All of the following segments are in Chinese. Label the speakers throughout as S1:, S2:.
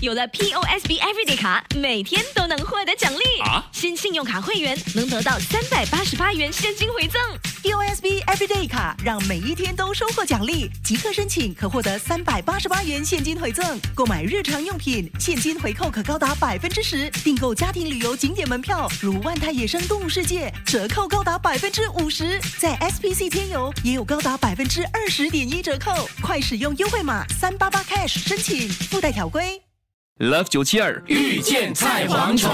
S1: 有了 POSB Everyday 卡，每天都能获得奖励
S2: 啊
S1: 新信用卡会员能得到三百八十八元现金回赠。
S3: POSB Everyday 卡让每一天都收获奖励，即刻申请可获得三百八十八元现金回赠，购买日常用品现金回扣可高达百分之十，订购家庭旅游景点门票如万泰野生动物世界折扣高达百分之五十，在 SPC 天游也有高达百分之二十点一折扣，快使用优惠码三八八 cash 申请，附带条规。
S4: Love 九七二
S2: 遇见菜蝗虫，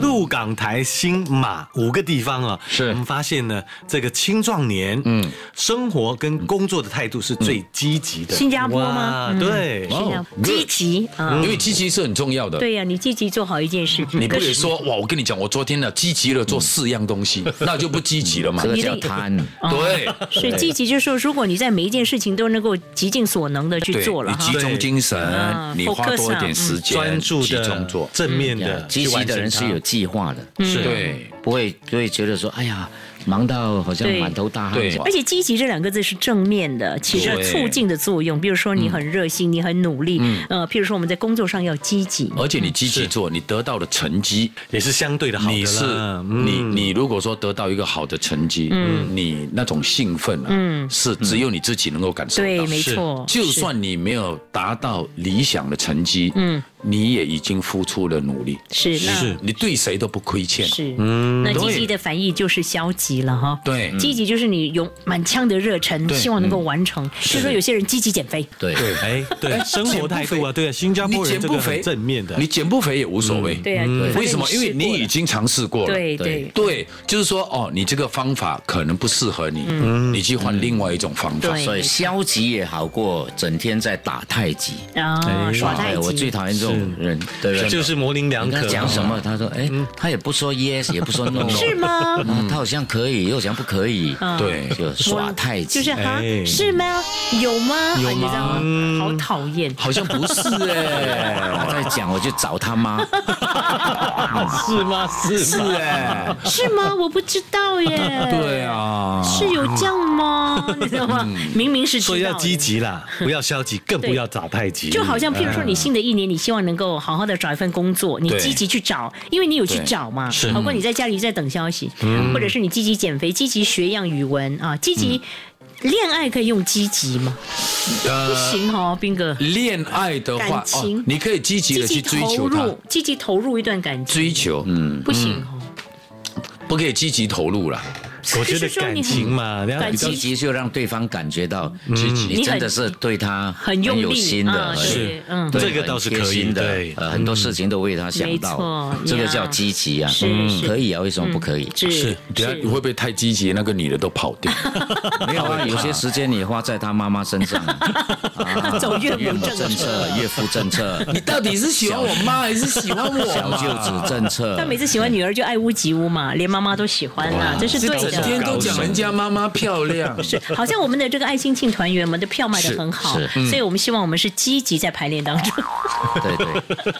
S5: 鹿港台新马五个地方啊，
S4: 是
S5: 我们发现呢，这个青壮年，嗯
S4: 嗯，
S5: 生活跟工作的态度是最积极的。
S6: 新加坡
S5: 哇
S6: 吗？嗯
S5: 对，
S6: 新加坡积极啊
S2: 因，为积极是很重要的。
S6: 对呀，你积极做好一件事 情，
S2: 你不
S6: 可
S2: 能
S6: 是
S2: 说哇，我跟你讲，我昨天呢积极了做四样东
S6: 嗯
S2: 西， 那就不积极了嘛
S4: 这。个
S6: 一
S4: 叫
S6: 定
S4: 贪，
S6: 啊
S2: 对，
S6: 所以积极就是说，如果你在每一件事情都能够极尽所能的去
S2: 对
S6: 做了
S2: 你
S6: 哈，
S2: 集中精神，
S6: 嗯
S2: 你花
S6: focus
S2: 多一
S6: 啊
S2: 点时间，
S5: 专注
S2: 集中
S5: 的
S2: 做、。
S5: 正面的，
S4: 呀积
S5: 去
S4: 极
S5: 完
S4: 的
S5: 成
S4: 人是
S5: 它
S4: 有计划的，
S6: 嗯
S5: 是
S2: 对，
S4: 不会不会觉得说，哎呀，忙到好像
S6: 对
S4: 满头大汗。
S2: 对
S6: 而且积极这两个字是正面的，起着
S2: 对嗯
S6: 促进的作用。比如说你很热心，你很努力，呃，譬如说我们在工作上要积极，
S2: 而且你积极做，你得到的成绩。
S5: 也是相对的嗯好的啦
S2: 你是
S5: 嗯
S2: 你你如果说得到一个好的成绩，你那种兴奋啊，
S6: 嗯
S2: 是只有你自己能够感受
S6: 对，
S2: 到。
S6: 没错，
S2: 就是算你没有达到理想的成绩，
S6: 嗯，
S2: 你也已经付出了努力，
S6: 是那。
S2: 你对谁都不亏欠。
S6: 是，那积极的反义就是消极了哈。
S2: 嗯对
S5: 嗯
S2: 嗯
S6: 积极就是你有满腔的热忱，
S2: 对嗯
S6: 希望能够完成。所以说有些人积极减肥，
S4: 对
S5: 对，哎，对，生
S2: 减
S5: 活
S2: 不
S5: 态度啊，
S2: 肥
S5: 对啊，新加
S2: 你
S5: 坡人
S2: 减
S5: 这
S2: 不
S5: 个
S2: 肥
S5: 很正面的嗯
S2: 你。减不肥也无所谓。
S6: 对啊，反正
S2: 为什么？
S6: 你
S2: 因为
S6: 试
S2: 你
S6: 过
S2: 已
S6: 了
S2: 经尝试过了。
S6: 对
S4: 对
S6: 对
S2: 对，就是说哦，你这个方法可能不适合你，
S5: 嗯
S2: 你去换另外一种方法。
S6: 嗯对
S4: 所以消极也好过整天在打太极。
S6: 啊，耍太
S4: 哎我最
S6: 极，
S4: 讨厌这种人，对不对？
S5: 就是模棱两
S4: 你跟
S5: 可，
S4: 他讲什么，他说，哎，他也不说 yes，也不说 no，
S6: 是？吗？
S4: 啊他好像可以，又好像不可以，
S2: 对
S4: 就耍太极。
S6: 就是哈
S5: 哎，
S6: 是吗？有吗？哎有吗？好讨厌，
S2: 好像不是哎、
S4: 我再讲我就找他妈，
S5: 是吗？是
S4: 是
S5: 吗？
S4: 哎，
S6: 是啊吗？我不知道耶。
S2: 对啊，
S6: 是有这样吗？你知道吗？明明是知道
S5: 所以要
S6: 的
S5: 积。极啦，不要消极，更不要打太极。
S6: 啊就好像，譬如说，你新的一年，你希望能够好好的找一份工作，你
S2: 对
S6: 积极去找，因为你有去
S2: 对
S6: 找嘛
S5: 是，
S6: 好过你在家里在等消息，或者是你积极减肥，积极学一样语文啊，积极恋爱可以用积极吗？
S2: 呃
S6: 不行哦，斌哥，
S2: 恋爱的话哦
S6: 感，情
S2: 你可以积极
S6: 积
S2: 的
S6: 极
S2: 去追求
S6: 投
S2: 它，
S6: 入，积极投入一段感情，
S2: 追求，嗯，
S6: 不行哦。
S2: 不可以积极投入啦。
S5: 我觉得
S6: 就是说
S5: 感
S6: 你很
S5: 情嘛，然后
S6: 感情
S4: 积极就让对方感觉到积极，你
S6: 你很
S4: 真的是对他
S6: 很用力
S4: 有心
S6: 啊
S4: 的，
S6: 是嗯
S4: 对
S5: 这个倒是可以
S4: 很贴心的
S5: 对，
S4: 呃很多事情都为他想到
S6: 没错，
S4: 这个
S6: 呀
S4: 叫积极啊
S6: 是，是嗯
S4: 可以啊，为什么不可以？
S6: 是
S2: 等下
S6: 是
S2: 你会不会太积极，那个女的都跑掉？
S4: 没有 啊，有些时间你花在他妈妈身上，啊
S6: 走岳母
S4: 岳母政策、岳父政策，
S2: 你到底是喜欢我妈还是喜欢我
S4: 小舅子政策
S6: 他，每次喜欢女儿就爱屋及乌嘛，连妈妈都喜欢啦，这是对
S2: 整天
S6: 的。
S2: 都讲人家妈妈漂亮，
S6: 是，好像我们的这个爱心庆团员们的票卖得很好
S4: 是，
S6: 所以我们希望我们是积极在排练当中，
S4: 对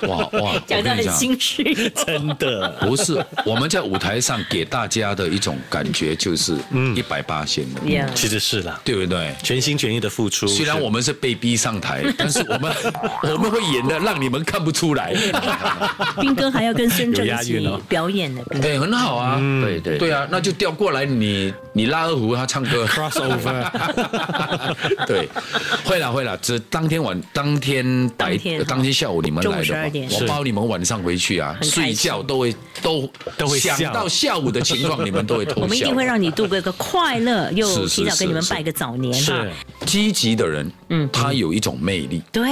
S4: 对，
S2: 哇哇，
S6: 讲得
S2: 我跟你
S6: 很心虚。
S5: 真的
S2: 不是，我们在舞台上给大家的一种感觉就是，嗯，一百八仙的，
S6: Yeah
S5: 其实是啦，
S2: 对不对？
S5: 全心全意的付出。
S2: 虽然我们是被逼上台，但是我们我们会演的，让你们看不出来。
S6: 斌哥还要跟孙正
S5: 有押
S6: 一
S5: 韵
S6: 起
S5: 哦
S6: 表演呢，
S2: 哎、很好啊，
S4: 对对
S2: 对啊，那就调过来你你拉二胡，他唱歌 crossover，对， 会啦会啦，只当天晚当天白
S6: 当天
S2: 呃当天下午你们
S6: 中午
S2: 来的话
S6: 12点，
S2: 我包你们晚上回去啊，
S6: 很开
S2: 睡
S6: 心
S2: 觉都会都
S5: 都会笑
S2: 想到下午的情况，你们都会偷笑。
S6: 我们一定会让你度过一个快乐，又
S2: 是
S6: 提早
S2: 是
S6: 跟你们
S2: 是
S6: 拜个早 年
S5: 是
S6: 哈。
S2: 积极的人，嗯，他有一种魅力。
S6: 对，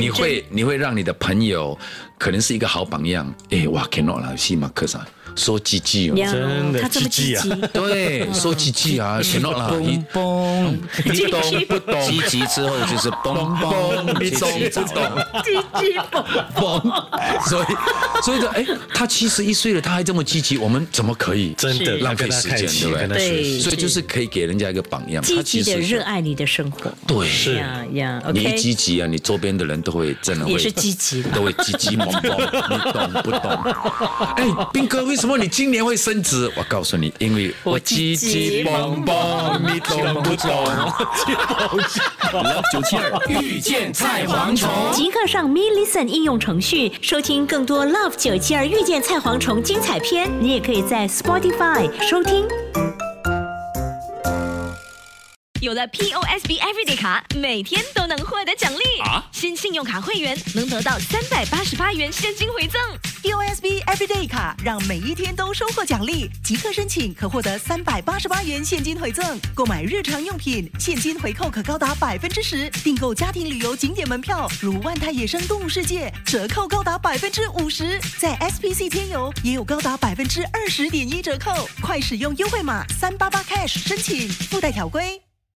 S2: 嗯你
S6: 真
S2: 会你会让你的朋友可能是一个好榜样，哎，哇，cannot 啦，西马克萨说积极哦，
S6: 呀
S5: 真的
S6: 他这么积
S5: 积极啊
S6: 极，
S2: 对，说积极啊，cannot 啦，你
S4: 嘣
S2: 你懂不懂？
S4: 积极之后就是嘣嘣，去洗澡了。
S6: 积极不
S2: 嘣，所以所以说，哎，他七十一岁了，他还这么积极，我们怎么可以
S5: 真的
S2: 浪费时间，对不对？
S6: 对，
S2: 所以就是可以给人家一个榜样，
S6: 积
S2: 他
S6: 极
S2: 其
S6: 的
S2: 实
S6: 热爱你的生活。
S2: 对，
S6: 呀呀
S2: 你一
S6: ，OK，
S2: 积极啊，你周边的人都会真的会
S6: 也是积极的。
S2: 都会唧唧萌萌，你懂不懂？哎，斌哥，为什么么你今年会升职？我告诉你，因为我积极蹦蹦，你懂不懂？
S4: 九七二遇见菜蝗虫。
S6: 即刻上 Me Listen 应用程序收听更多 Love 九七二遇见菜蝗虫精彩片。你也可以在 Spotify 收听。
S1: 有了 POSB Everyday 卡，每天都能获得奖励啊！新信用卡会员能得到三百八十八元现金回赠。
S3: ，E USB Everyday 卡让每一天都收获奖励，即刻申请可获得三百八十八元现金回赠，购买日常用品现金回扣可高达百分之十，订购家庭旅游景点门票如万泰野生动物世界折扣高达百分之五十，在 SPC 天游也有高达百分之二十点一折扣，快使用优惠码三八八 cash 申请，附带条规。